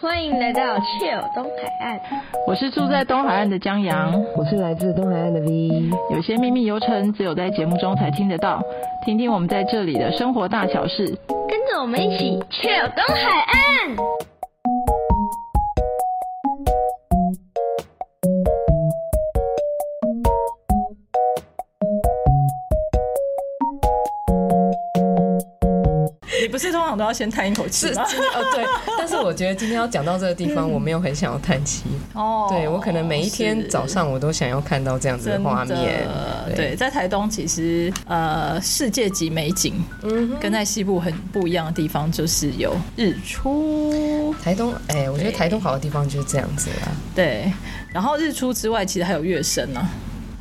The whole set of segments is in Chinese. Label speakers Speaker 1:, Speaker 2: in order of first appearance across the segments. Speaker 1: 欢迎来到 Chill 东海岸，
Speaker 2: 我是住在东海岸的江阳，
Speaker 3: 我是来自东海岸的 V，
Speaker 2: 有些秘密游程只有在节目中才听得到，听听我们在这里的生活大小事。
Speaker 1: 跟着我们一起 Chill 东海岸。
Speaker 2: 你不是通常都要先叹一口气
Speaker 3: 是
Speaker 2: 吗？
Speaker 3: 今哦对，但是我觉得今天要讲到这个地方，我没有很想要叹气。
Speaker 2: 哦
Speaker 3: 对我可能每一天早上我都想要看到这样子
Speaker 2: 真
Speaker 3: 画面
Speaker 2: 的，对，在台东其实呃世界级美景，跟在西部很不一样的地方就是有日出，
Speaker 3: 台东，哎、我觉得台东好的地方就是这样子啊啦。
Speaker 2: 对，然后日出之外其实还有月升啊。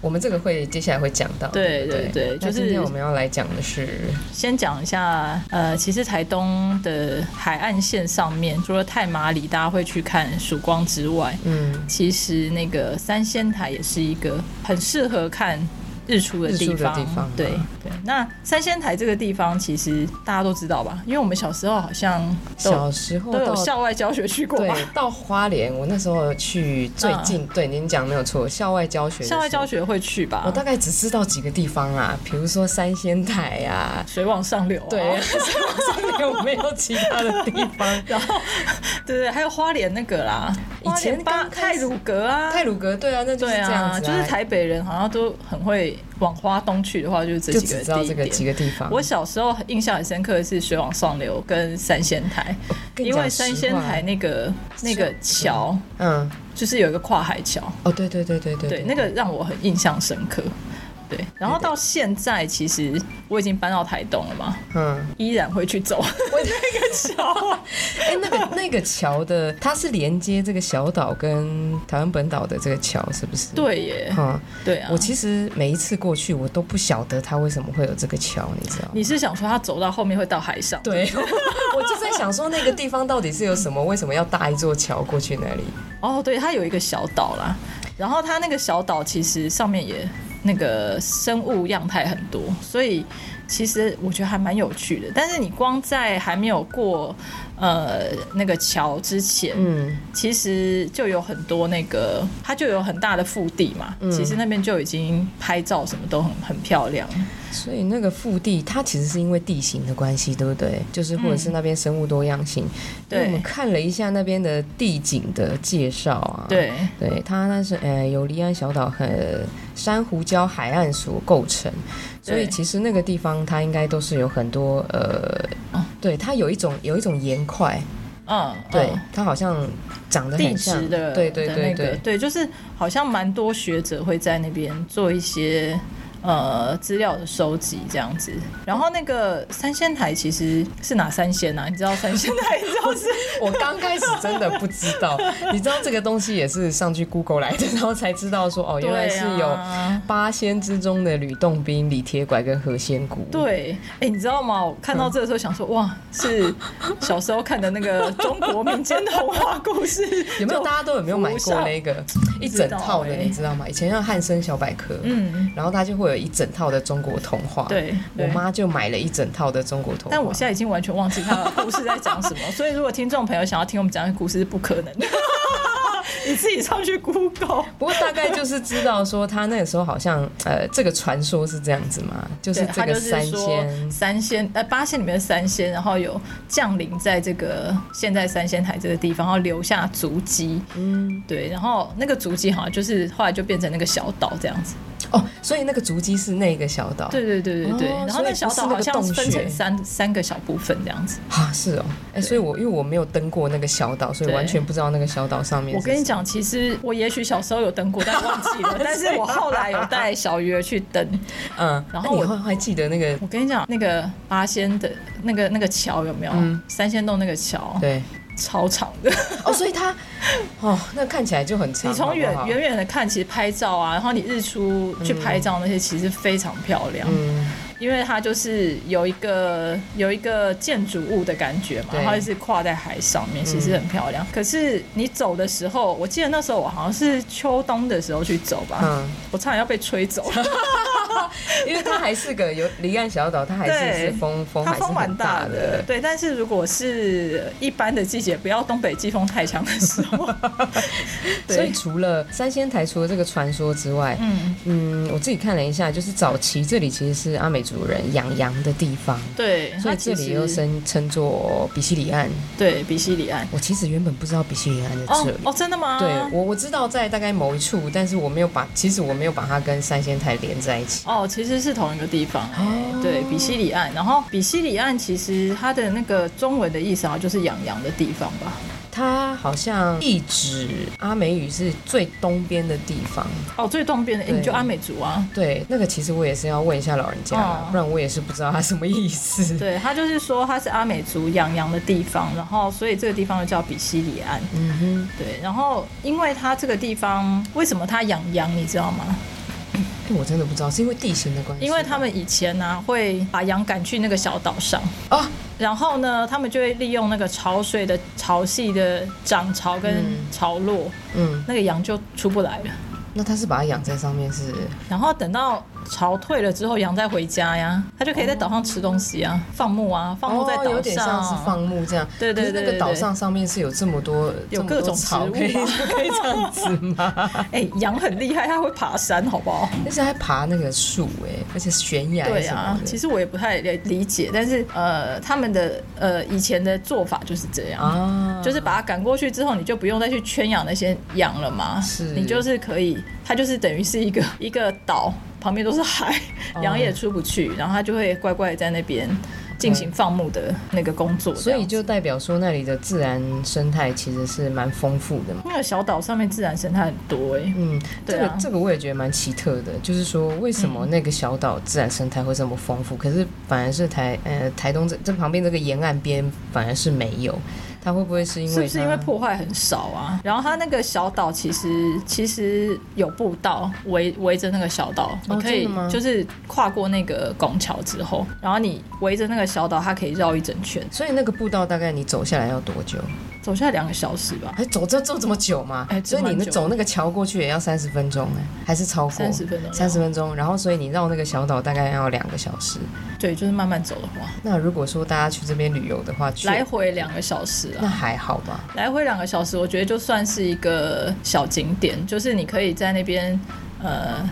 Speaker 3: 我们这个会接下来会讲到，
Speaker 2: 对
Speaker 3: 不
Speaker 2: 对对
Speaker 3: 那
Speaker 2: 就是
Speaker 3: 今天我们要来讲的是，
Speaker 2: 先讲一下，呃，其实台东的海岸线上面，除了太麻里大家会去看曙光之外，
Speaker 3: 嗯，
Speaker 2: 其实那个三仙台也是一个很适合看日出的地
Speaker 3: 日出
Speaker 2: 方。
Speaker 3: 的地方
Speaker 2: 对
Speaker 3: 嗯
Speaker 2: 对，那三仙台这个地方其实大家都知道吧？因为我们小时候好像都
Speaker 3: 小时候
Speaker 2: 都有
Speaker 3: 到。
Speaker 2: 校外教学去过吧？
Speaker 3: 对，到花莲，我那时候去最近，对您讲没有错，校外教学的
Speaker 2: 啊
Speaker 3: 时
Speaker 2: 校
Speaker 3: 候，
Speaker 2: 外教学会去吧？
Speaker 3: 我大概只知道几个地方啊，比如说三仙台啊，
Speaker 2: 水往上流、啊。
Speaker 3: 对， 上面有没有其他的地方？
Speaker 2: 然后， 对对，还有花莲那个啦，
Speaker 3: 以
Speaker 2: 花莲
Speaker 3: 前
Speaker 2: 巴
Speaker 3: 刚开
Speaker 2: 泰
Speaker 3: 始
Speaker 2: 鲁阁啊，
Speaker 3: 泰鲁阁，对啊，那就是
Speaker 2: 对
Speaker 3: 这样
Speaker 2: 啊，
Speaker 3: 子、
Speaker 2: 就是台北人好像都很会往花东去的话，就是这
Speaker 3: 就
Speaker 2: 几
Speaker 3: 只
Speaker 2: 个
Speaker 3: 知道这
Speaker 2: 地
Speaker 3: 个
Speaker 2: 点
Speaker 3: 几个地方。
Speaker 2: 我小时候印象很深刻的是水往上流跟三仙台，
Speaker 3: 跟你
Speaker 2: 因
Speaker 3: 讲
Speaker 2: 为三
Speaker 3: 实
Speaker 2: 仙
Speaker 3: 话
Speaker 2: 台那个那个桥
Speaker 3: 嗯，
Speaker 2: 就是有一个跨海桥，
Speaker 3: 哦，对对对对对
Speaker 2: 对，那个让我很印象深刻。对，然后到现在其实我已经搬到台东了嘛，
Speaker 3: 嗯，
Speaker 2: 依然会去走
Speaker 3: 我
Speaker 2: 那个桥。
Speaker 3: 哎、那个那个桥的，它是连接这个小岛跟台湾本岛的这个桥，是不是？。
Speaker 2: 对耶，
Speaker 3: 嗯，
Speaker 2: 对啊
Speaker 3: 我。其实每一次过去，我都不晓得它为什么会有这个桥，你知道吗？
Speaker 2: 你是想说他走到后面会到海上？
Speaker 3: 对， 我就在想说那个地方到底是有什么，为什么要搭一座桥过去那里？
Speaker 2: 哦，对，它有一个小岛啦，然后它那个小岛其实上面也那个生物样态很多，所以其实我觉得还蛮有趣的。但是你光在还没有过呃那个桥之前，
Speaker 3: 嗯，
Speaker 2: 其实就有很多那个它就有很大的腹地嘛，其实那边就已经拍照什么都很很漂亮。
Speaker 3: 所以那个腹地，它其实是因为地形的关系，对不对？就是或者是那边生物多样性。因为我
Speaker 2: 对
Speaker 3: 们看了一下那边的地景的介绍啊。。
Speaker 2: 对，
Speaker 3: 对，它那是呃由离岸小岛和珊瑚礁海岸所构成，所以
Speaker 2: 对
Speaker 3: 其实那个地方它应该都是有很多呃
Speaker 2: 哦，
Speaker 3: 对，它有一种有一种岩块，
Speaker 2: 嗯，
Speaker 3: 对
Speaker 2: 嗯，
Speaker 3: 它好像长得
Speaker 2: 地
Speaker 3: 很像
Speaker 2: 质，的，
Speaker 3: 对对
Speaker 2: 的
Speaker 3: 对
Speaker 2: 那个
Speaker 3: 对，
Speaker 2: 对，就是好像蛮多学者会在那边做一些呃资料的收集这样子。然后那个三仙台其实是哪三仙啊？你知道三仙台， 你知道是
Speaker 3: 我刚开始真的不知道，你知道这个东西也是上去 Google 来的，然后才知道说哦，原来是
Speaker 2: 对
Speaker 3: 有
Speaker 2: 啊
Speaker 3: 八仙之中的吕洞宾、李铁拐跟何仙姑。
Speaker 2: 对，哎、你知道吗？我看到这个时候想说，哇，是小时候看的那个中国民间童话故事，
Speaker 3: 有没有
Speaker 2: 就
Speaker 3: 大家都有没有买
Speaker 2: 浮
Speaker 3: 过
Speaker 2: 上
Speaker 3: 那个一整套的？
Speaker 2: 不知道欸
Speaker 3: 你知道吗？以前像汉森小百科，
Speaker 2: 嗯，
Speaker 3: 然后它就会有一整套的中国童话。，
Speaker 2: 对，
Speaker 3: 我
Speaker 2: 对。
Speaker 3: 妈就买了一整套的中国童话。
Speaker 2: 但我现在已经完全忘记他的故事在讲什么，所以如果听众朋友想要听我们讲的故事是不可能的， 你自己上去 Google。
Speaker 3: 不过大概就是知道说，他那个时候好像呃，这个传说是这样子嘛，就是
Speaker 2: 对，
Speaker 3: 这
Speaker 2: 他
Speaker 3: 个
Speaker 2: 就
Speaker 3: 三
Speaker 2: 是说
Speaker 3: 仙，
Speaker 2: 三仙，呃，八仙里面的三仙，然后有降临在这个现在三仙台这个地方，然后留下足迹。嗯，对，然后那个足迹好像就是后来就变成那个小岛这样子。
Speaker 3: 哦，所以那个足迹是那个小岛。
Speaker 2: 对对对对对，
Speaker 3: 哦
Speaker 2: 然后那小岛好像
Speaker 3: 所以不是那
Speaker 2: 分
Speaker 3: 个洞穴
Speaker 2: 成三三个小部分这样子。
Speaker 3: 啊，是哦，哎、所以我因为我没有登过那个小岛，所以
Speaker 2: 对
Speaker 3: 完全不知道那个小岛上面。
Speaker 2: 我跟你，讲，其实我也许小时候有登过，但忘 记了。但是我后来有带小鱼儿去登。
Speaker 3: 嗯，
Speaker 2: 然
Speaker 3: 然
Speaker 2: 后
Speaker 3: 后你
Speaker 2: 我
Speaker 3: 会还记得那个
Speaker 2: 我跟你讲，那个八仙的那个那个桥有没有？三仙洞那个桥
Speaker 3: 嗯对
Speaker 2: 超长的，
Speaker 3: 哦，所以它哦，那看起来就很长。
Speaker 2: 你从
Speaker 3: 好
Speaker 2: 远
Speaker 3: 不好
Speaker 2: 远远的看，其实拍照啊，然后你日出去拍照那些，其实非常漂亮，
Speaker 3: 嗯，
Speaker 2: 因为它就是有一个有一个建筑物的感觉嘛，
Speaker 3: 对嗯
Speaker 2: 然后就是跨在海上面，其实很漂亮。可是你走的时候，我记得那时候我好像是秋冬的时候去走吧，
Speaker 3: 嗯
Speaker 2: 我差点要被吹走。
Speaker 3: 因为它还是个有离岸小岛，它 还是
Speaker 2: 对
Speaker 3: 是风风
Speaker 2: 它
Speaker 3: 还是
Speaker 2: 风
Speaker 3: 很
Speaker 2: 蛮
Speaker 3: 大
Speaker 2: 的
Speaker 3: 的，。
Speaker 2: 对。但是如果是一般的季节，不要东北季风太强的时候， 对
Speaker 3: 所以除了三仙台，除了这个传说之外，
Speaker 2: 嗯，
Speaker 3: 嗯，我自己看了一下，就是早期这里其实是阿美族人养羊的地方，
Speaker 2: 对，
Speaker 3: 所
Speaker 2: 它
Speaker 3: 以这
Speaker 2: 其
Speaker 3: 里
Speaker 2: 实
Speaker 3: 又称称作比西里岸。
Speaker 2: 对比西里岸。
Speaker 3: 我其实原本不知道比西里岸在
Speaker 2: 哦
Speaker 3: 这里。
Speaker 2: 哦，真的吗？
Speaker 3: 对我我知道在大概某一处，但是我没有把，其实我没有把它跟三仙台连在一起。
Speaker 2: 哦，其实是同一个地方、哎
Speaker 3: 哦
Speaker 2: 对，比西里岸。然后比西里岸其实它的那个中文的意思啊，就是养羊的地方吧。
Speaker 3: 它好像一指阿美语是最东边的地方。
Speaker 2: 哦，最东边的、哎
Speaker 3: 对
Speaker 2: 你就阿美族啊。
Speaker 3: 对，那个其实我也是要问一下老人家啦，
Speaker 2: 哦
Speaker 3: 不然我也是不知道它什么意思。
Speaker 2: 对，他就是说他是阿美族养羊的地方，然后所以这个地方就叫比西里岸。
Speaker 3: 嗯哼，
Speaker 2: 对，然后因为它这个地方为什么它养羊，你知道吗？
Speaker 3: 哎我真的不知道，是因为地形的关系吧，
Speaker 2: 因为他们以前呢、会把羊赶去那个小岛上，
Speaker 3: 啊，
Speaker 2: 然后呢，他们就会利用那个潮水的潮汐的涨潮跟
Speaker 3: 嗯
Speaker 2: 潮落，
Speaker 3: 嗯，
Speaker 2: 那个羊就出不来了。
Speaker 3: 那他是把它养在上面是
Speaker 2: 然后等到潮退了之后，羊再回家呀，它就可以在岛上吃东西啊，放牧啊，放牧在岛
Speaker 3: 哦、
Speaker 2: 上，
Speaker 3: 有点像是放牧这样。
Speaker 2: 对对
Speaker 3: 可是
Speaker 2: 对
Speaker 3: 那个
Speaker 2: 对
Speaker 3: 岛
Speaker 2: 对
Speaker 3: 上上面是有这么多
Speaker 2: 有
Speaker 3: 这么
Speaker 2: 各
Speaker 3: 多
Speaker 2: 种
Speaker 3: 草
Speaker 2: 植物
Speaker 3: 可以
Speaker 2: 吧
Speaker 3: 可以这样子吗？
Speaker 2: 哎、羊很厉害，它会爬山，好不好？
Speaker 3: 而且还爬那个树哎、而且悬崖
Speaker 2: 对
Speaker 3: 什
Speaker 2: 啊
Speaker 3: 么，的。
Speaker 2: 其实我也不太理解，但是呃，他们的呃以前的做法就是这样。
Speaker 3: 啊，
Speaker 2: 就是把它赶过去之后，你就不用再去圈养那些羊了嘛。
Speaker 3: 是
Speaker 2: 你就是可以，它就是等于是一个 一个岛，旁边都是海，
Speaker 3: 哦
Speaker 2: 羊也出不去，然后它就会乖乖地在那边进行放牧的那个工作。
Speaker 3: 所
Speaker 2: 这
Speaker 3: 以
Speaker 2: 样
Speaker 3: 就代表说那里的自然生态其实是蛮丰富的嘛。
Speaker 2: 那个小岛上面自然生态很多哎、
Speaker 3: 嗯，这
Speaker 2: 对
Speaker 3: 个、
Speaker 2: 啊
Speaker 3: 这个我也觉得蛮奇特的，就是说为什么那个小岛自然生态会这么丰富，可是反而是台呃台东这这旁边这个沿岸边反而是没有，它会不会是因为
Speaker 2: 是不是因为
Speaker 3: 它
Speaker 2: 破坏很少啊？然后它那个小岛其实其实有步道围围着那个小岛，
Speaker 3: 哦
Speaker 2: 你可以
Speaker 3: 真的吗
Speaker 2: 就是跨过那个拱桥之后，然后你围着那个小岛，它可以绕一整圈，
Speaker 3: 所以那个步道大概你走下来要多久？
Speaker 2: 走下来两个小时吧，
Speaker 3: 哎，走这走这么久嘛？
Speaker 2: 哎走
Speaker 3: 所以你
Speaker 2: 蛮
Speaker 3: 们
Speaker 2: 久
Speaker 3: 走那个桥过去也要三十分钟哎、还是超过
Speaker 2: 30分钟
Speaker 3: 三十分钟。然后，所以你绕那个小岛大概要两个小时。
Speaker 2: 对，就是慢慢走的话，
Speaker 3: 那如果说大家去这边旅游的话，去
Speaker 2: 来回啊两个小时
Speaker 3: 那
Speaker 2: 啊。
Speaker 3: 还好吧？
Speaker 2: 来回两个小时，我觉得就算是一个小景点，就是你可以在那边，呃，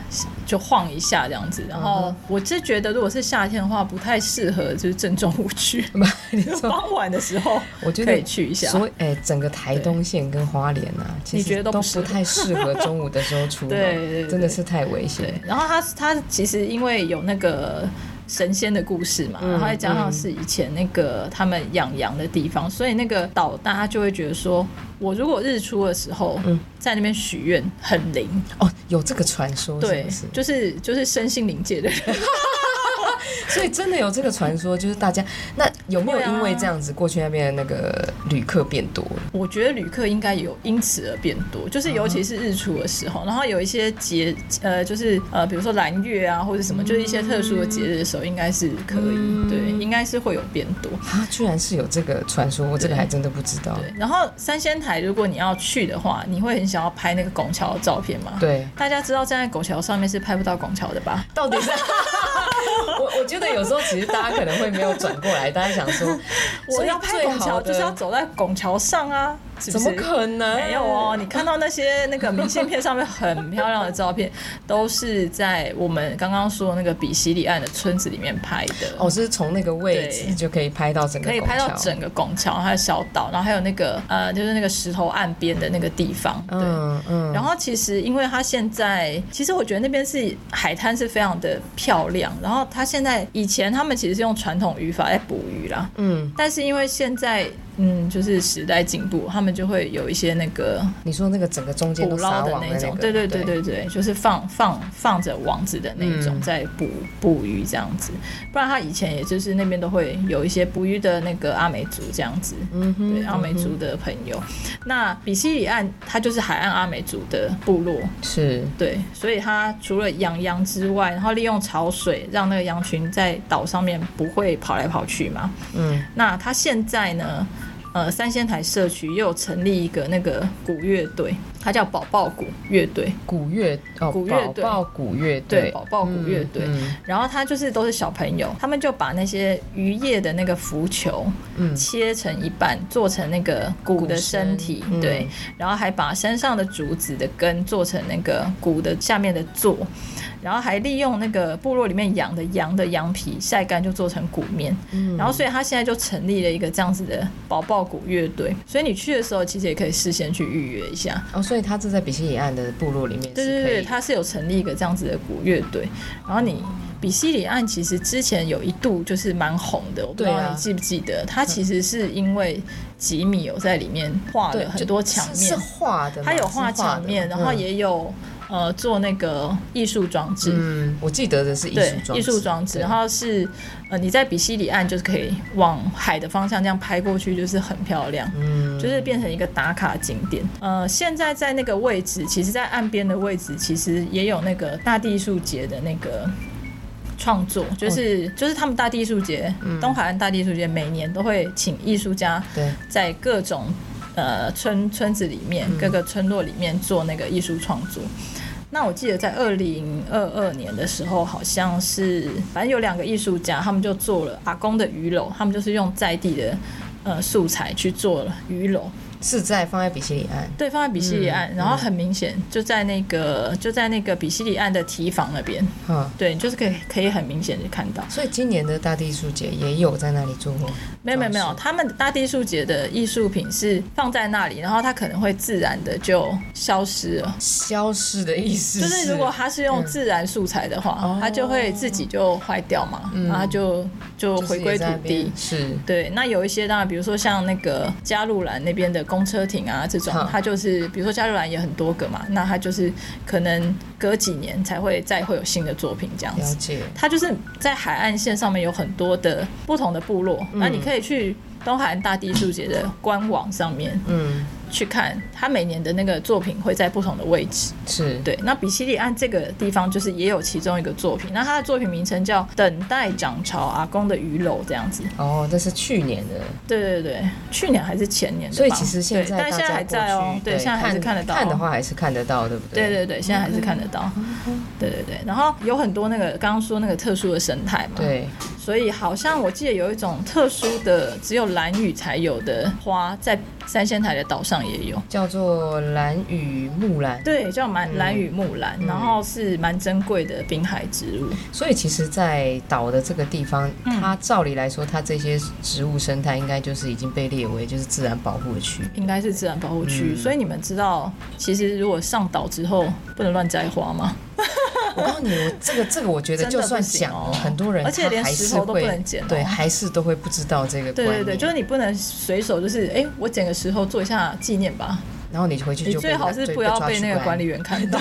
Speaker 2: 就晃一下这样子。然后
Speaker 3: 嗯
Speaker 2: 我是觉得，如果是夏天的话，不太适合就是正中午 去。
Speaker 3: 你 说，
Speaker 2: 傍晚的时候，
Speaker 3: 我觉得
Speaker 2: 可以去一下。
Speaker 3: 所以哎、整个台东县跟花莲啊，其
Speaker 2: 你觉
Speaker 3: 实
Speaker 2: 得都
Speaker 3: 都
Speaker 2: 不适
Speaker 3: 不
Speaker 2: 合
Speaker 3: 太适合中午的时候出门，
Speaker 2: 对对对
Speaker 3: 真的是太危险
Speaker 2: 对
Speaker 3: 了。，
Speaker 2: 然后它它其实因为有那个神仙的故事嘛，
Speaker 3: 嗯
Speaker 2: 然后再加上是以前那个他们养羊的地方，所以那个岛大家就会觉得说，我如果日出的时候、
Speaker 3: 嗯
Speaker 2: 在那边许愿很灵，
Speaker 3: 哦，有这个传说是
Speaker 2: 对
Speaker 3: 不是，？
Speaker 2: 就是就是身心灵界的人，
Speaker 3: 所以真的有这个传说，就是大家那有没有
Speaker 2: 对啊
Speaker 3: 因为这样子过去那边的那个旅客变多了？
Speaker 2: 我觉得旅客应该有因此而变多，就是尤
Speaker 3: 啊
Speaker 2: 其是日出的时候，然后有一些节呃，就是呃，比如说蓝月啊或者什么，就是一些特殊的节日的时候，应该是可以，
Speaker 3: 嗯
Speaker 2: 对，应该是会有变多。
Speaker 3: 啊，居然是有这个传说，我这个还真的不知道。
Speaker 2: 对，然后三仙台，如果你要去的话，你会很想要拍那个拱桥的照片吗？，
Speaker 3: 对，
Speaker 2: 大家知道站在拱桥上面是拍不到拱桥的吧？
Speaker 3: 到底 是？我我觉得有时候其实大家可能会没有转过来，大家想说，
Speaker 2: 我要拍拱桥就是要
Speaker 3: 所
Speaker 2: 走在拱桥上啊，是
Speaker 3: 以最好的
Speaker 2: 不
Speaker 3: 怎
Speaker 2: 是
Speaker 3: 么可能？
Speaker 2: 没有哦，你看到那些那个明信片上面很漂亮的照片，都是在我们刚刚说的那个比西里岸的村子里面拍的。
Speaker 3: 哦，是从那个位置
Speaker 2: 对
Speaker 3: 就可以拍到整个
Speaker 2: 可
Speaker 3: 拱
Speaker 2: 以
Speaker 3: 桥，
Speaker 2: 拍到整个拱桥，还有小岛，然后还有那个呃，就是那个石头岸边的那个地方。对，
Speaker 3: 嗯嗯，
Speaker 2: 然后其实因为它现在，其实我觉得那边是海滩是非常的漂亮。然后它现在以前他们其实是用传统渔法在捕鱼啦，
Speaker 3: 嗯，
Speaker 2: 但是因为现在嗯就是时代进步，他们就会有一些那个
Speaker 3: 你说那个整个中间
Speaker 2: 捕
Speaker 3: 都
Speaker 2: 捞
Speaker 3: 撒
Speaker 2: 的
Speaker 3: 网
Speaker 2: 那
Speaker 3: 那
Speaker 2: 种，
Speaker 3: 个，
Speaker 2: 对对对对对，就是放放放着网子的那种
Speaker 3: 嗯
Speaker 2: 在捕捕鱼这样子。不然他以前也就是那边都会有一些捕鱼的那个阿美族这样子，
Speaker 3: 嗯哼
Speaker 2: 对阿美族的朋友。那比西里岸它就是海岸阿美族的部落，
Speaker 3: 是
Speaker 2: 对，所以它除了养羊之外，然后利用潮水让那个羊群在岛上面不会跑来跑去嘛。
Speaker 3: 嗯
Speaker 2: 那它现在呢，呃三仙台社区又有成立一个那个鼓乐队，它叫宝宝鼓乐队。
Speaker 3: 古乐哦，
Speaker 2: 古乐队
Speaker 3: 宝宝古乐
Speaker 2: 对，
Speaker 3: 队，
Speaker 2: 宝宝鼓乐队，
Speaker 3: 嗯
Speaker 2: 然后他就是都是小朋友，他们就把那些渔业的那个浮球，
Speaker 3: 嗯
Speaker 2: 切成一半，做成那个鼓的身体，
Speaker 3: 鼓身嗯
Speaker 2: 对，然后还把身上的竹子的根做成那个鼓的下面的座，然后还利用那个部落里面养的羊的羊皮晒干就做成鼓面，
Speaker 3: 嗯
Speaker 2: 然后所以他现在就成立了一个这样子的宝宝鼓乐队，所以你去的时候其实也可以事先去预约一下，
Speaker 3: 哦，所以他这在比西里岸的部落里面是
Speaker 2: 对
Speaker 3: 可以
Speaker 2: 对对，它是有成立一个这样子的鼓乐队。然后你比西里岸其实之前有一度就是蛮红的，我不知
Speaker 3: 对
Speaker 2: 道
Speaker 3: 啊
Speaker 2: 你记不记得，它其实是因为吉米有在里面画
Speaker 3: 对
Speaker 2: 了很多墙
Speaker 3: 是是
Speaker 2: 面，
Speaker 3: 画的吗，
Speaker 2: 他有画
Speaker 3: 画
Speaker 2: 墙面，
Speaker 3: 的
Speaker 2: 然后
Speaker 3: 嗯
Speaker 2: 也有呃做那个艺术装置。
Speaker 3: 嗯，我记得的是艺
Speaker 2: 对
Speaker 3: 术装
Speaker 2: 艺术装置，
Speaker 3: 对
Speaker 2: 然后是呃，你在比西里岸就是可以往海的方向这样拍过去，就是很漂亮，
Speaker 3: 嗯
Speaker 2: 就是变成一个打卡景点。呃，现在在那个位置，其实在岸边的位置，其实也有那个大地艺术节的那个。创作就是、就是他们大地艺术节，东海岸大地艺术节每年都会请艺术家
Speaker 3: 对
Speaker 2: 在各种呃村村子里面、各个村落里面做那个艺术创作。那我记得在二零二二年的时候，好像是反正有两个艺术家，他们就做了阿公的鱼篓，他们就是用在地的呃素材去做了鱼篓，
Speaker 3: 是在放在比西里岸，
Speaker 2: 对，放在比西里岸，然后很明显就在那个就在那个比西里岸的堤防那边，
Speaker 3: 嗯，
Speaker 2: 对，就是可以可以很明显的看到。
Speaker 3: 所以今年的大地艺术节也有在那里做过，
Speaker 2: 没有没有没有，
Speaker 3: 装饰
Speaker 2: 他们大地艺术节的艺术品是放在那里，然后它可能会自然的就消失了。
Speaker 3: 消失的意思
Speaker 2: 就是如果它是用自然素材的话，
Speaker 3: 嗯
Speaker 2: 它就会自己就坏掉嘛，
Speaker 3: 嗯
Speaker 2: 然后它就就
Speaker 3: 就是
Speaker 2: 回归
Speaker 3: 也
Speaker 2: 土
Speaker 3: 在那边
Speaker 2: 地。
Speaker 3: 是。
Speaker 2: 对，那有一些当然，比如说像那个加路兰那边的公车亭啊，这种
Speaker 3: 好，
Speaker 2: 它就是比如说加路兰也很多个嘛，那它就是可能隔几年才会再会有新的作品这样
Speaker 3: 了
Speaker 2: 子。
Speaker 3: 解，
Speaker 2: 它就是在海岸线上面有很多的不同的部落，
Speaker 3: 嗯
Speaker 2: 那、你可以去东海岸大地艺术节的官网上面
Speaker 3: 嗯，
Speaker 2: 去看，它每年的那个作品会在不同的位置。
Speaker 3: 是，
Speaker 2: 对，那比西利岸这个地方就是也有其中一个作品，那它的作品名称叫《等待涨潮阿公的鱼篓》这样子。
Speaker 3: 哦，那是去年的，
Speaker 2: 对对对，去年还是前年的吧。
Speaker 3: 所以其实现
Speaker 2: 对
Speaker 3: 在
Speaker 2: 但
Speaker 3: 大
Speaker 2: 现在还
Speaker 3: 家
Speaker 2: 在
Speaker 3: 过
Speaker 2: 哦
Speaker 3: 去，
Speaker 2: 对，现在还是
Speaker 3: 看
Speaker 2: 看得到哦。
Speaker 3: 看的话嗯还是看得到，对不
Speaker 2: 对
Speaker 3: 对？
Speaker 2: 对对，现在还是看得到。对对对，然后有很多那个刚刚说那个特殊的生态嘛，，
Speaker 3: 对
Speaker 2: 所以好像我记得有一种特殊的，只有蓝雨才有的花，在三仙台的岛上也有。
Speaker 3: 叫做蓝雨木兰。
Speaker 2: 对，叫蛮蓝雨木兰，然后是蛮珍贵的滨海植物。
Speaker 3: 所以其实，在岛的这个地方，
Speaker 2: 嗯
Speaker 3: 它照理来说，它这些植物生态应该就是已经被列为就是自然保护的区域。
Speaker 2: 应该是自然保护区，
Speaker 3: 嗯
Speaker 2: 所以你们知道，其实如果上岛之后不能乱摘花吗？
Speaker 3: 我告诉你，我这个这个，我觉得
Speaker 2: 真的
Speaker 3: 就
Speaker 2: 不
Speaker 3: 算
Speaker 2: 行
Speaker 3: 讲
Speaker 2: 哦
Speaker 3: 了，很多人
Speaker 2: 而且
Speaker 3: 他
Speaker 2: 连
Speaker 3: 还
Speaker 2: 石
Speaker 3: 是
Speaker 2: 头都不
Speaker 3: 会
Speaker 2: 能捡哦
Speaker 3: 对，还是都会不知道这个
Speaker 2: 对
Speaker 3: 观
Speaker 2: 对
Speaker 3: 念。
Speaker 2: 对，就是你不能随手就是，哎、我捡个石头做一下纪念吧。
Speaker 3: 然后你回去
Speaker 2: 你
Speaker 3: 就被
Speaker 2: 最好
Speaker 3: 拿
Speaker 2: 是
Speaker 3: 对
Speaker 2: 不要
Speaker 3: 抓
Speaker 2: 被
Speaker 3: 去
Speaker 2: 那个管理员看 到。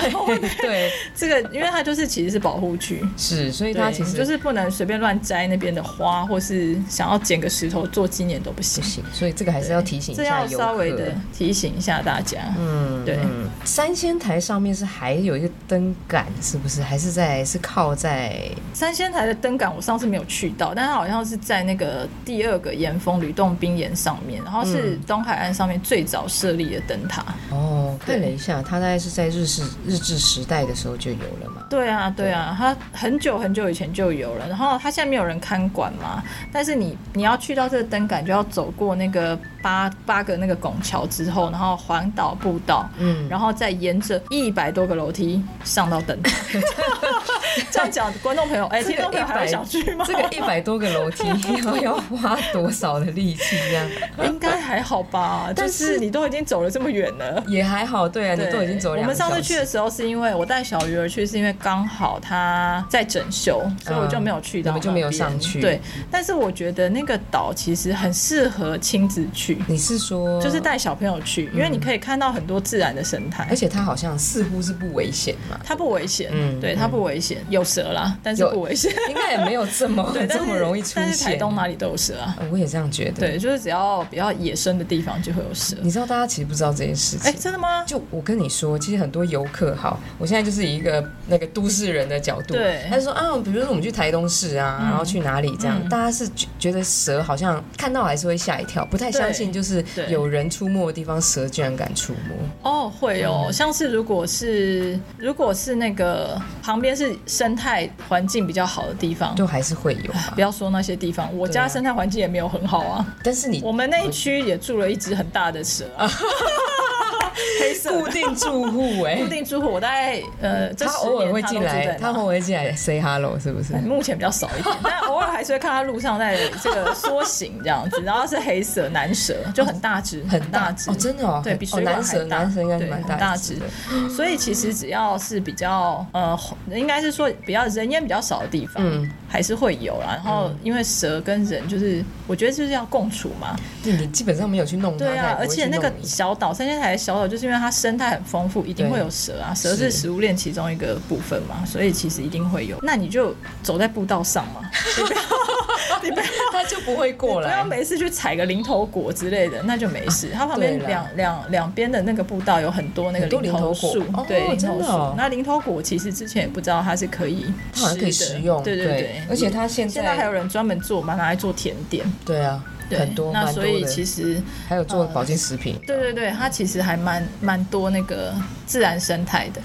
Speaker 3: 对，
Speaker 2: 这个，因为它就是其实是保护区，
Speaker 3: 是，所以它
Speaker 2: 对，
Speaker 3: 其实
Speaker 2: 就是不能随便乱摘那边的花，或是想要捡个石头做纪念都不行
Speaker 3: 不。行，所以这个还是要提醒一
Speaker 2: 这
Speaker 3: 下
Speaker 2: 要
Speaker 3: 游
Speaker 2: 稍微
Speaker 3: 客
Speaker 2: 的提醒一下大家。
Speaker 3: 嗯，
Speaker 2: 对
Speaker 3: 嗯三仙台上面是还有一个灯杆，是不是？还是在是靠在
Speaker 2: 三仙台的灯杆我上次没有去到，但它好像是在那个第二个岩峰吕洞宾岩上面，然后是
Speaker 3: 嗯
Speaker 2: 东海岸上面最早设立的灯塔。
Speaker 3: 哦，看
Speaker 2: 对
Speaker 3: 了一下，它大概是在日式日治时代的时候就有了嘛。
Speaker 2: 对啊，对啊，它很久很久以前就有了，然后它现在没有人看管嘛，但是你你要去到这个灯杆，就要走过那个八八个那个拱桥之后，然后环岛步道，
Speaker 3: 嗯
Speaker 2: 然后再沿着一百多个楼梯上到 灯塔。这样讲，观众朋友，哎、
Speaker 3: 这
Speaker 2: 听
Speaker 3: 个
Speaker 2: 众朋友还会想去吗？
Speaker 3: 这个一百多个楼 梯，要要花多少的力气这样？
Speaker 2: 应该还好吧，就
Speaker 3: 但
Speaker 2: 是
Speaker 3: 是
Speaker 2: 你都已经走了这么远了。
Speaker 3: 也还好，对啊，你
Speaker 2: 对
Speaker 3: 都已经走
Speaker 2: 我
Speaker 3: 两
Speaker 2: 们
Speaker 3: 个小
Speaker 2: 上
Speaker 3: 时。
Speaker 2: 次去的时候是因为我带小鱼儿去，是因为刚好他在整修，所以我就没有去到那边，
Speaker 3: 我嗯们就没有上去
Speaker 2: 对，但是我觉得那个岛其实很适合亲子去，
Speaker 3: 你是说
Speaker 2: 就是，带小朋友去，因为你可以看到很多自然的生态
Speaker 3: 而。且它好像似乎是不危险 嘛，
Speaker 2: 它不危险，
Speaker 3: 嗯
Speaker 2: 对，它不危险，有蛇啦，但是
Speaker 3: 有
Speaker 2: 不危 险，
Speaker 3: 应该也没有这么
Speaker 2: 对，但
Speaker 3: 这
Speaker 2: 是
Speaker 3: 么容易出
Speaker 2: 但是台
Speaker 3: 现。哦
Speaker 2: 东哪里都有蛇啊，
Speaker 3: 我也这样觉得。
Speaker 2: 对，就是只要比较野生的地方就会有蛇。
Speaker 3: 你知道大家其实不知道这件事
Speaker 2: 哎、
Speaker 3: 情。
Speaker 2: 真的吗？
Speaker 3: 就我跟你说，其实很多游客，好，我现在就是以一个那个都市人的角度，
Speaker 2: 对嗯
Speaker 3: 他就说啊，比如说我们去台东市啊，然后去哪里这样，大家是觉觉得蛇好像看到还是会吓一跳，不太相信，就是
Speaker 2: 对
Speaker 3: 有人出没的地方，蛇居然敢出没。
Speaker 2: 哦，会哦，
Speaker 3: 嗯
Speaker 2: 像是如果是如果是那个旁边是生态环境比较好的地方，
Speaker 3: 就还是会有吧
Speaker 2: 不，要说那些地方，我
Speaker 3: 对
Speaker 2: 家
Speaker 3: 啊
Speaker 2: 生态环境也没有很好啊。
Speaker 3: 但是你
Speaker 2: 我们那一区也住了一只很大的蛇、 啊，黑 色的
Speaker 3: 固定住户 哎、
Speaker 2: 固定住户，我大概呃，这
Speaker 3: 他
Speaker 2: 十
Speaker 3: 偶尔
Speaker 2: 年
Speaker 3: 会
Speaker 2: 它都
Speaker 3: 进
Speaker 2: 住
Speaker 3: 来，
Speaker 2: 在
Speaker 3: 他
Speaker 2: 那嗯
Speaker 3: 偶尔会进来 say hello，是不是？
Speaker 2: 目前比较少一点，但偶尔还是会看它路上在这个缩形这样子，然后是黑蛇男蛇，就很大只，
Speaker 3: 很大
Speaker 2: 大只
Speaker 3: 哦真的哦
Speaker 2: 对
Speaker 3: 很
Speaker 2: 比
Speaker 3: 哦
Speaker 2: 水管
Speaker 3: 男蛇
Speaker 2: 还大
Speaker 3: 男蛇应该是
Speaker 2: 对
Speaker 3: 蛮
Speaker 2: 很
Speaker 3: 大
Speaker 2: 大
Speaker 3: 只
Speaker 2: 只
Speaker 3: 的，
Speaker 2: 所以其实只要是比较呃，应该是说比较人烟比较少的地方，
Speaker 3: 嗯
Speaker 2: 还是会有啦。然后因为蛇跟人就是，我觉得就是要共处嘛，
Speaker 3: 对你基本上没有去弄它，
Speaker 2: 对
Speaker 3: 它也
Speaker 2: 啊，
Speaker 3: 不
Speaker 2: 而
Speaker 3: 会去
Speaker 2: 且那个
Speaker 3: 弄你
Speaker 2: 小岛三千台的小岛，就是因为它生态很丰富，一定
Speaker 3: 对
Speaker 2: 会有蛇啊，蛇是
Speaker 3: 是
Speaker 2: 食物链其中一个部分嘛，所以其实一定会有。那你就走在步道上嘛，你不要，你不要。
Speaker 3: 它就不会过
Speaker 2: 不
Speaker 3: 来
Speaker 2: 要。每次去采个零头果之类的，那就没事。它旁边
Speaker 3: 对啦
Speaker 2: 两两两边的那个步道有很多那个
Speaker 3: 很多
Speaker 2: 零头
Speaker 3: 零
Speaker 2: 树
Speaker 3: 头果，
Speaker 2: 对，
Speaker 3: 哦
Speaker 2: 零
Speaker 3: 真
Speaker 2: 头
Speaker 3: 的
Speaker 2: 树
Speaker 3: 哦。
Speaker 2: 那零头果其实之前也不知道它是可以
Speaker 3: 它好像可以
Speaker 2: 吃的
Speaker 3: 食用
Speaker 2: 对
Speaker 3: 对
Speaker 2: 对。
Speaker 3: 而且它现在
Speaker 2: 现在还有人专门做，把它拿来做甜点，
Speaker 3: 对啊，
Speaker 2: 对
Speaker 3: 很多
Speaker 2: 那
Speaker 3: 蛮多
Speaker 2: 所以其
Speaker 3: 的，
Speaker 2: 实嗯
Speaker 3: 还有做保健食品。
Speaker 2: 对对对，它其实还蛮蛮多那个自然生态的。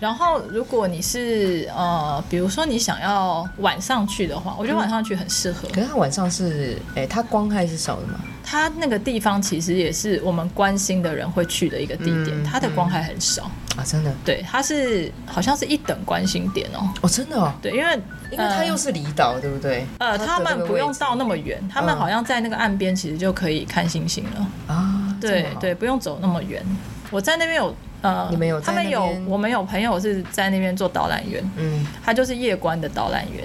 Speaker 2: 然后，如果你是呃，比如说你想要晚上去的话，我觉
Speaker 3: 嗯
Speaker 2: 得晚上去很适合。
Speaker 3: 可是它晚上是，哎，它光害是少的嘛？
Speaker 2: 它那个地方其实也是我们关心的人会去的一个地点，
Speaker 3: 嗯
Speaker 2: 它的光害很少。
Speaker 3: 啊，真的，
Speaker 2: 对，它是好像是一等关心点哦。
Speaker 3: 哦，真的哦，
Speaker 2: 对，因为
Speaker 3: 因为
Speaker 2: 嗯
Speaker 3: 它又是离岛，对不对？
Speaker 2: 呃，他
Speaker 3: 的那
Speaker 2: 们
Speaker 3: 个
Speaker 2: 不用
Speaker 3: 位置
Speaker 2: 到那么远，他们
Speaker 3: 嗯
Speaker 2: 好像在那个岸边其实就可以看星星了。
Speaker 3: 啊，这
Speaker 2: 对
Speaker 3: 么好
Speaker 2: 对，，不用走那么远。我在那边有呃，
Speaker 3: 你们有
Speaker 2: 他
Speaker 3: 在
Speaker 2: 们
Speaker 3: 那
Speaker 2: 有
Speaker 3: 边
Speaker 2: 我们有朋友是在那边做导览员，
Speaker 3: 嗯，
Speaker 2: 他就是夜观的导览员。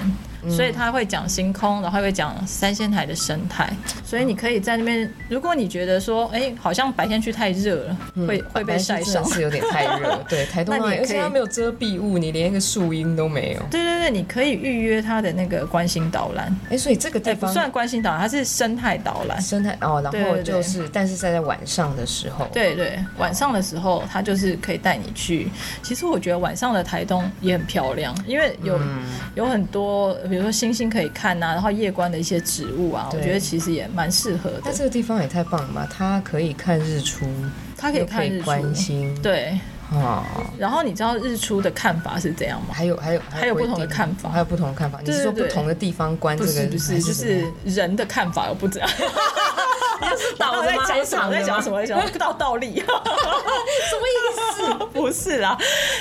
Speaker 2: 所以他会讲星空，然后会讲三仙台的生态，所以你可以在那边。如果你觉得说，哎、好像白天去太热了，会会被晒
Speaker 3: 伤
Speaker 2: 伤，
Speaker 3: 嗯是有点太 热，对，台东
Speaker 2: 那你
Speaker 3: 那里，
Speaker 2: 也
Speaker 3: 而
Speaker 2: 可
Speaker 3: 且
Speaker 2: 以
Speaker 3: 它没有遮蔽物，你连一个树荫都没有。
Speaker 2: 对对对，你可以预约他的那个关心导览，
Speaker 3: 哎，所以这个
Speaker 2: 哎、
Speaker 3: 地
Speaker 2: 不
Speaker 3: 方
Speaker 2: 算关心导览，它是生态导览。
Speaker 3: 生态哦，然
Speaker 2: 对
Speaker 3: 后
Speaker 2: 对对
Speaker 3: 就是，但是在在晚上的时候，
Speaker 2: 对对，晚上的时候他就是可以带你去。其实我觉得晚上的台东也很漂亮，因为有、
Speaker 3: 嗯
Speaker 2: 有很多，比如说星星可以看呐、然后夜观的一些植物啊，我
Speaker 3: 对
Speaker 2: 觉得其实也蛮适合
Speaker 3: 那
Speaker 2: 的。
Speaker 3: 这个地方也太棒了吧！它可以看日出，
Speaker 2: 它可以
Speaker 3: 又可
Speaker 2: 看日
Speaker 3: 以
Speaker 2: 出，
Speaker 3: 关心，
Speaker 2: 对。
Speaker 3: 哦，
Speaker 2: 然后你知道日出的看法是怎样吗？
Speaker 3: 还有还有
Speaker 2: 还有不同的
Speaker 3: 规定
Speaker 2: 看法
Speaker 3: 还有不同的看法。你
Speaker 2: 对
Speaker 3: 是说
Speaker 2: 对
Speaker 3: 不
Speaker 2: 对
Speaker 3: 同的地方观这
Speaker 2: 不
Speaker 3: 个
Speaker 2: 是不是，
Speaker 3: 还
Speaker 2: 就
Speaker 3: 什么
Speaker 2: 是人的看法，我不 知道。
Speaker 3: 倒
Speaker 2: 我
Speaker 3: 的
Speaker 2: 在
Speaker 3: 吗
Speaker 2: 讲什么？我在讲什么？我在讲道道 理。什么意思？不是啦，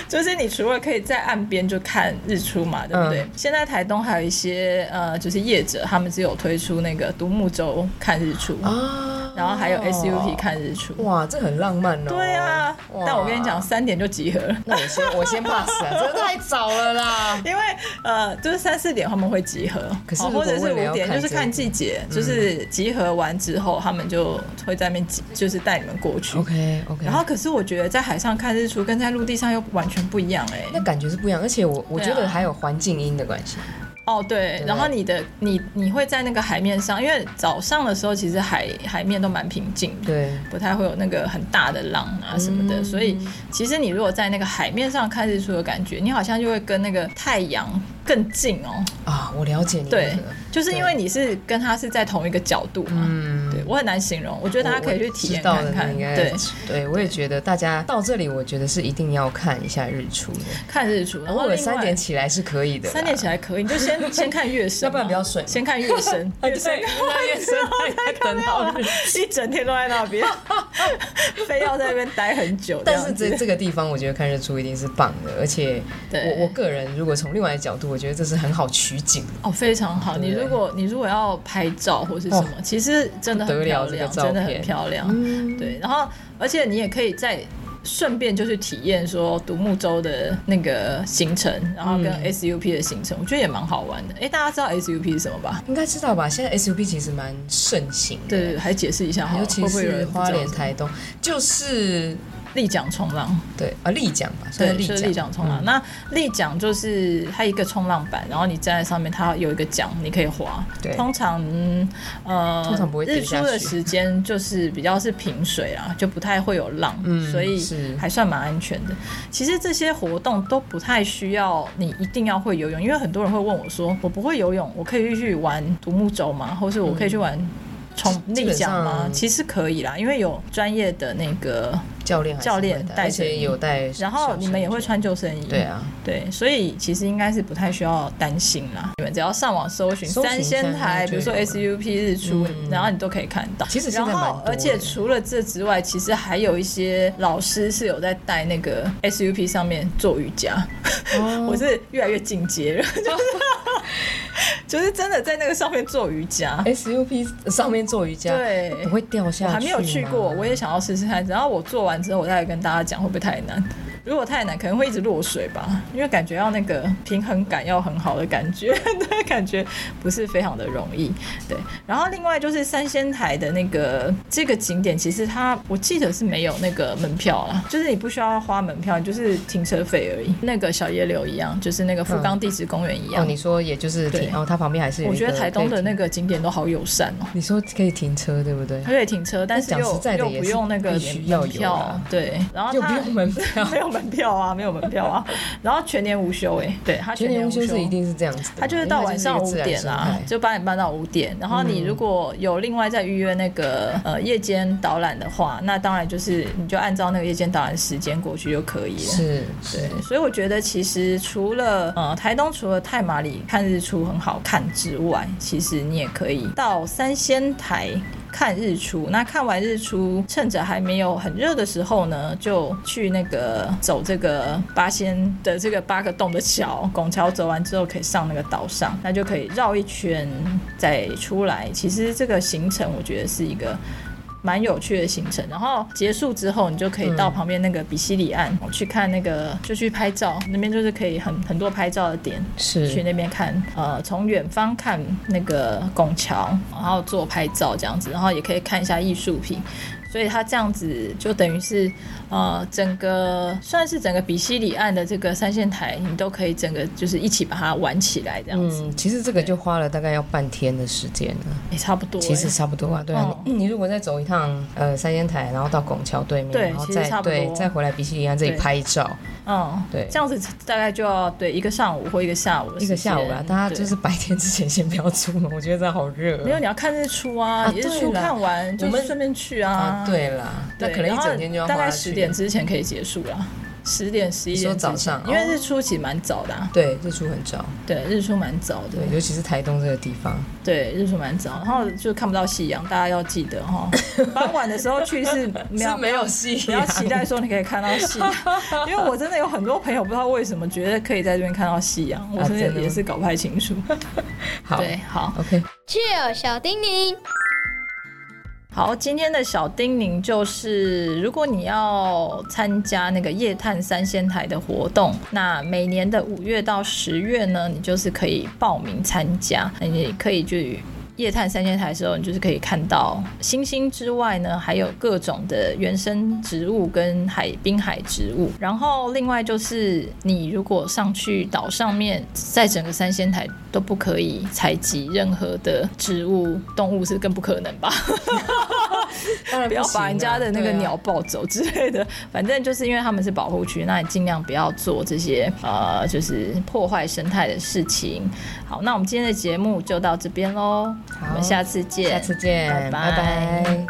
Speaker 2: 就是你除了可以在岸边就看日出嘛，对不对？
Speaker 3: 嗯
Speaker 2: 现在台东还有一些呃，就是业者他们只有推出那个独木舟看日出，
Speaker 3: 啊，
Speaker 2: 然后还有 SUP 看日出。
Speaker 3: 哇，这很浪漫哦。
Speaker 2: 对啊，
Speaker 3: 哇
Speaker 2: 但我跟你讲，，三点就集合了。
Speaker 3: 那我先我先 pass 啊，这个太早了啦。
Speaker 2: 因为呃，就是三四点他们会集合，
Speaker 3: 可是
Speaker 2: 哦
Speaker 3: 如果
Speaker 2: 或者是
Speaker 3: 为了要
Speaker 2: 五点，
Speaker 3: 看
Speaker 2: 就是
Speaker 3: 这个嗯
Speaker 2: 看季节，就是集合完之后，他们就会在那边集，就是带你们过去。
Speaker 3: OK OK，
Speaker 2: 然后，可是我觉得在海上看日出跟在陆地上又完全不一样哎、
Speaker 3: 那感觉是不一样，而且我我
Speaker 2: 对啊
Speaker 3: 觉得还有环境音的关系。
Speaker 2: 哦，对
Speaker 3: 对，
Speaker 2: 然后你的你你会在那个海面上，因为早上的时候其实海海面都蛮平静的，
Speaker 3: 对，
Speaker 2: 不太会有那个很大的浪啊什么的，
Speaker 3: 嗯
Speaker 2: 所以其实你如果在那个海面上看日出的感觉，你好像就会跟那个太阳更近哦。
Speaker 3: 啊，我了解你那
Speaker 2: 对
Speaker 3: 个，，
Speaker 2: 就是因为你是跟他是在同一个角度嘛。
Speaker 3: 嗯。
Speaker 2: 对我很难形容，我觉得大家可以去体验看看。
Speaker 3: 对
Speaker 2: 对，，
Speaker 3: 对我也觉得大家到这里，我觉得是一定要看一下日出的。
Speaker 2: 看日出，然
Speaker 3: 偶
Speaker 2: 后
Speaker 3: 尔
Speaker 2: 另外
Speaker 3: 三点起来是可以的啦，
Speaker 2: 三点起来可以，你就先先看月升嘛，
Speaker 3: 要不然不要睡啊
Speaker 2: 先看月
Speaker 3: ，
Speaker 2: 升
Speaker 3: 那
Speaker 2: 月
Speaker 3: 就睡
Speaker 2: 升。
Speaker 3: 那月升太 等到 日出。
Speaker 2: 一整天都在那 边，非要在那边待很久。
Speaker 3: 但是
Speaker 2: 样
Speaker 3: 这
Speaker 2: 子
Speaker 3: 这个地方，我觉得看日出一定是棒的，而且
Speaker 2: 对
Speaker 3: 我我个人如果从另外的角度，我觉得这是很好取景的。
Speaker 2: 哦非常好。
Speaker 3: 对哦
Speaker 2: 你如果你如果要拍照或是什么，其实真的
Speaker 3: 不
Speaker 2: 很
Speaker 3: 得
Speaker 2: 漂
Speaker 3: 了这个
Speaker 2: 亮，
Speaker 3: 照片嗯
Speaker 2: 真的很漂亮。对，然后而且你也可以在。顺便就去体验说独木舟的那个行程，然
Speaker 3: 嗯
Speaker 2: 后跟 SUP 的行程，我觉得也蛮好玩的。哎、大家知道 SUP 是什么吧？
Speaker 3: 应该知道吧？现在 SUP 其实蛮盛行的，
Speaker 2: 对对，对还解释一下好了，
Speaker 3: 尤其
Speaker 2: 会不会有
Speaker 3: 是
Speaker 2: 人不知道
Speaker 3: 花莲、台东，就是
Speaker 2: 立桨冲浪？
Speaker 3: 对啊，立桨吧，算
Speaker 2: 对
Speaker 3: 是，立嗯
Speaker 2: 就是立桨冲浪。那立桨就是它一个冲浪板，然后你站在上面，它有一个桨，你可以滑。
Speaker 3: 对
Speaker 2: 通常嗯呃，
Speaker 3: 通常不会跌
Speaker 2: 日出
Speaker 3: 下
Speaker 2: 的
Speaker 3: 去
Speaker 2: 时间就是比较是平水啊，就不太会有浪，
Speaker 3: 嗯
Speaker 2: 所以
Speaker 3: 是
Speaker 2: 还算蛮安全的。其实这些活动都不太需要你一定要会游泳，因为很多人会问我说，我不会游泳，我可以去玩独木舟吗？或是我可以去玩？冲
Speaker 3: 基
Speaker 2: 立
Speaker 3: 本
Speaker 2: 桨吗？
Speaker 3: 上
Speaker 2: 其实可以啦，因为有专业的那个，
Speaker 3: 嗯教练还是
Speaker 2: 教练
Speaker 3: 会带
Speaker 2: 带
Speaker 3: 而且
Speaker 2: 着
Speaker 3: 也有带，
Speaker 2: 然后你们也会，穿救生衣，
Speaker 3: 对啊，
Speaker 2: 对，所以其实应该是不太需要担心啦。你们只要上网搜寻
Speaker 3: 搜寻
Speaker 2: 三仙台，
Speaker 3: 三仙台
Speaker 2: 比如说
Speaker 3: 就有了嗯
Speaker 2: SUP 日出，然后你都可以看到。
Speaker 3: 其实现
Speaker 2: 然
Speaker 3: 在蛮
Speaker 2: 后
Speaker 3: 多的
Speaker 2: 而且除了这之外，其实还有一些老师是有在带那个 SUP 上面做瑜伽。
Speaker 3: 哦
Speaker 2: 我是越来越进阶了， 就是就是真的在那个上面做瑜伽。
Speaker 3: SUP 上面做瑜伽，
Speaker 2: 对
Speaker 3: 不会掉下
Speaker 2: 我
Speaker 3: 去吗。
Speaker 2: 还没有去过，我也想要试试看。然后我做完之后，我再来跟大家讲会不会太难。如果太难，可能会一直落水吧，因为感觉要那个平衡感要很好的感觉， 对，感觉不是非常的容易。对，然后另外就是三仙台的那个这个景点，其实它我记得是没有那个门票啦，就是你不需要花门票，你就是停车费而已。那个小野柳一样，就是那个富冈地质公园一
Speaker 3: 哦，
Speaker 2: 样。
Speaker 3: 你说也就是
Speaker 2: 对
Speaker 3: 停，然后它旁边还是有一
Speaker 2: 我
Speaker 3: 个
Speaker 2: 觉得台东的那
Speaker 3: 可以
Speaker 2: 个景点都好友善哦、
Speaker 3: 停，你说可以停车对不对？
Speaker 2: 它可以停车，但是
Speaker 3: 讲
Speaker 2: 又
Speaker 3: 实在的
Speaker 2: 又
Speaker 3: 也
Speaker 2: 不
Speaker 3: 是
Speaker 2: 用那个
Speaker 3: 必须要有
Speaker 2: 门票，
Speaker 3: 啦
Speaker 2: 对，然后
Speaker 3: 又不
Speaker 2: 它
Speaker 3: 用门票
Speaker 2: 没有门票啊，没有门票啊，然后全年无休哎、对，它
Speaker 3: 全
Speaker 2: 年
Speaker 3: 年
Speaker 2: 无
Speaker 3: 无休是一定是这样子的嘛，
Speaker 2: 它就是
Speaker 3: 因为
Speaker 2: 到晚上
Speaker 3: 一个
Speaker 2: 五
Speaker 3: 自然
Speaker 2: 点
Speaker 3: 生
Speaker 2: 啦
Speaker 3: 态，嗯
Speaker 2: 就八点半到五点。然后你如果有另外再预约那个呃夜间导览的话，那当然就是你就按照那个夜间导览时间过去就可以了。
Speaker 3: 是，对
Speaker 2: 对，所以我觉得其实除了呃台东除了太麻里看日出很好看之外，其实你也可以到三仙台。看日出，那看完日出，趁着还没有很热的时候呢，就去那个走这个八仙的这个八个洞的桥，拱桥走完之后可以上那个岛上，那就可以绕一圈再出来。其实这个行程我觉得是一个蛮有趣的行程。然后结束之后，你就可以
Speaker 3: 嗯
Speaker 2: 到旁边那个比西里岸、哦去看那个，就去拍照，那边就是可以很很多拍照的点。去
Speaker 3: 是
Speaker 2: 那边看，呃，从远方看那个拱桥，然后做拍照这样子，然后也可以看一下艺术品，所以它这样子就等于是，呃，整个算是整个比西里岸的这个三线台，你都可以整个就是一起把它玩起来这样子，
Speaker 3: 嗯，其实这个就花了大概要半天的时间了。
Speaker 2: 也、差不多欸、
Speaker 3: 其实差不多啊，对啊，
Speaker 2: 哦
Speaker 3: 你你如果再走一趟呃三仙台，然后到拱桥对面，
Speaker 2: 对
Speaker 3: 然后
Speaker 2: 其实
Speaker 3: 再
Speaker 2: 差不
Speaker 3: 对
Speaker 2: 多
Speaker 3: 再回来比西里岸这里
Speaker 2: 对
Speaker 3: 拍照，
Speaker 2: 嗯，
Speaker 3: 对
Speaker 2: 这样子大概就要对一个上午或一个下午的时
Speaker 3: 一
Speaker 2: 间，
Speaker 3: 个下午啦，啊大家
Speaker 2: 对
Speaker 3: 就是白天之前先不要出门，我 觉得这样好热
Speaker 2: 没有
Speaker 3: 哦。
Speaker 2: 你要看日出啊，
Speaker 3: 啊
Speaker 2: 你日
Speaker 3: 对
Speaker 2: 出
Speaker 3: 啦
Speaker 2: 看完就
Speaker 3: 我们
Speaker 2: 顺便去啊
Speaker 3: 啊，，对啦，那
Speaker 2: 对，
Speaker 3: 可能一整天就要
Speaker 2: 然后大
Speaker 3: 花
Speaker 2: 概
Speaker 3: 下去
Speaker 2: 十点之前可以结束啦，十点十一
Speaker 3: 你说
Speaker 2: 点之前
Speaker 3: 早上
Speaker 2: 因为
Speaker 3: 哦
Speaker 2: 日出其实蛮早的、啊，
Speaker 3: 对，日出很早，
Speaker 2: 对，日出蛮早的
Speaker 3: 对，，尤其是台东这个地方，
Speaker 2: 对，日出蛮早，然后就看不到夕阳，大家要记得 哈，傍晚的时候去是没有
Speaker 3: 是没有啊夕
Speaker 2: 不要
Speaker 3: 阳，
Speaker 2: 期待说你可以看到夕 阳，因为我真的有很多朋友不知道为什么觉得可以在这边看到夕阳，我
Speaker 3: 啊
Speaker 2: 真
Speaker 3: 真的
Speaker 2: 的也
Speaker 3: 吗
Speaker 2: 是搞不太清楚。
Speaker 3: 好
Speaker 2: 对，好，
Speaker 3: ，OK，
Speaker 1: ，Chill 小叮咛，
Speaker 2: 好，今天的小叮咛就是，如果你要参加那个夜探三仙台的活动，那每年的五月到十月呢，你就是可以报名参加，那你可以去。夜探三仙台的时候，你就是可以看到星星之外呢，还有各种的原生植物跟海滨海植物。然后另外就是，你如果上去岛上面，在整个三仙台都不可以采集任何的植物、动物，是更不可能吧？
Speaker 3: 当然
Speaker 2: 不要
Speaker 3: 行啊啊
Speaker 2: 把人家的那个
Speaker 3: 对啊
Speaker 2: 鸟抱走之类的。反正就是因为他们是保护区，那你尽量不要做这些呃，就是破坏生态的事情。好，那我们今天的节目就到这边喽，
Speaker 3: 好
Speaker 2: 我们下次见，
Speaker 3: 下次见，
Speaker 2: 拜
Speaker 3: 拜拜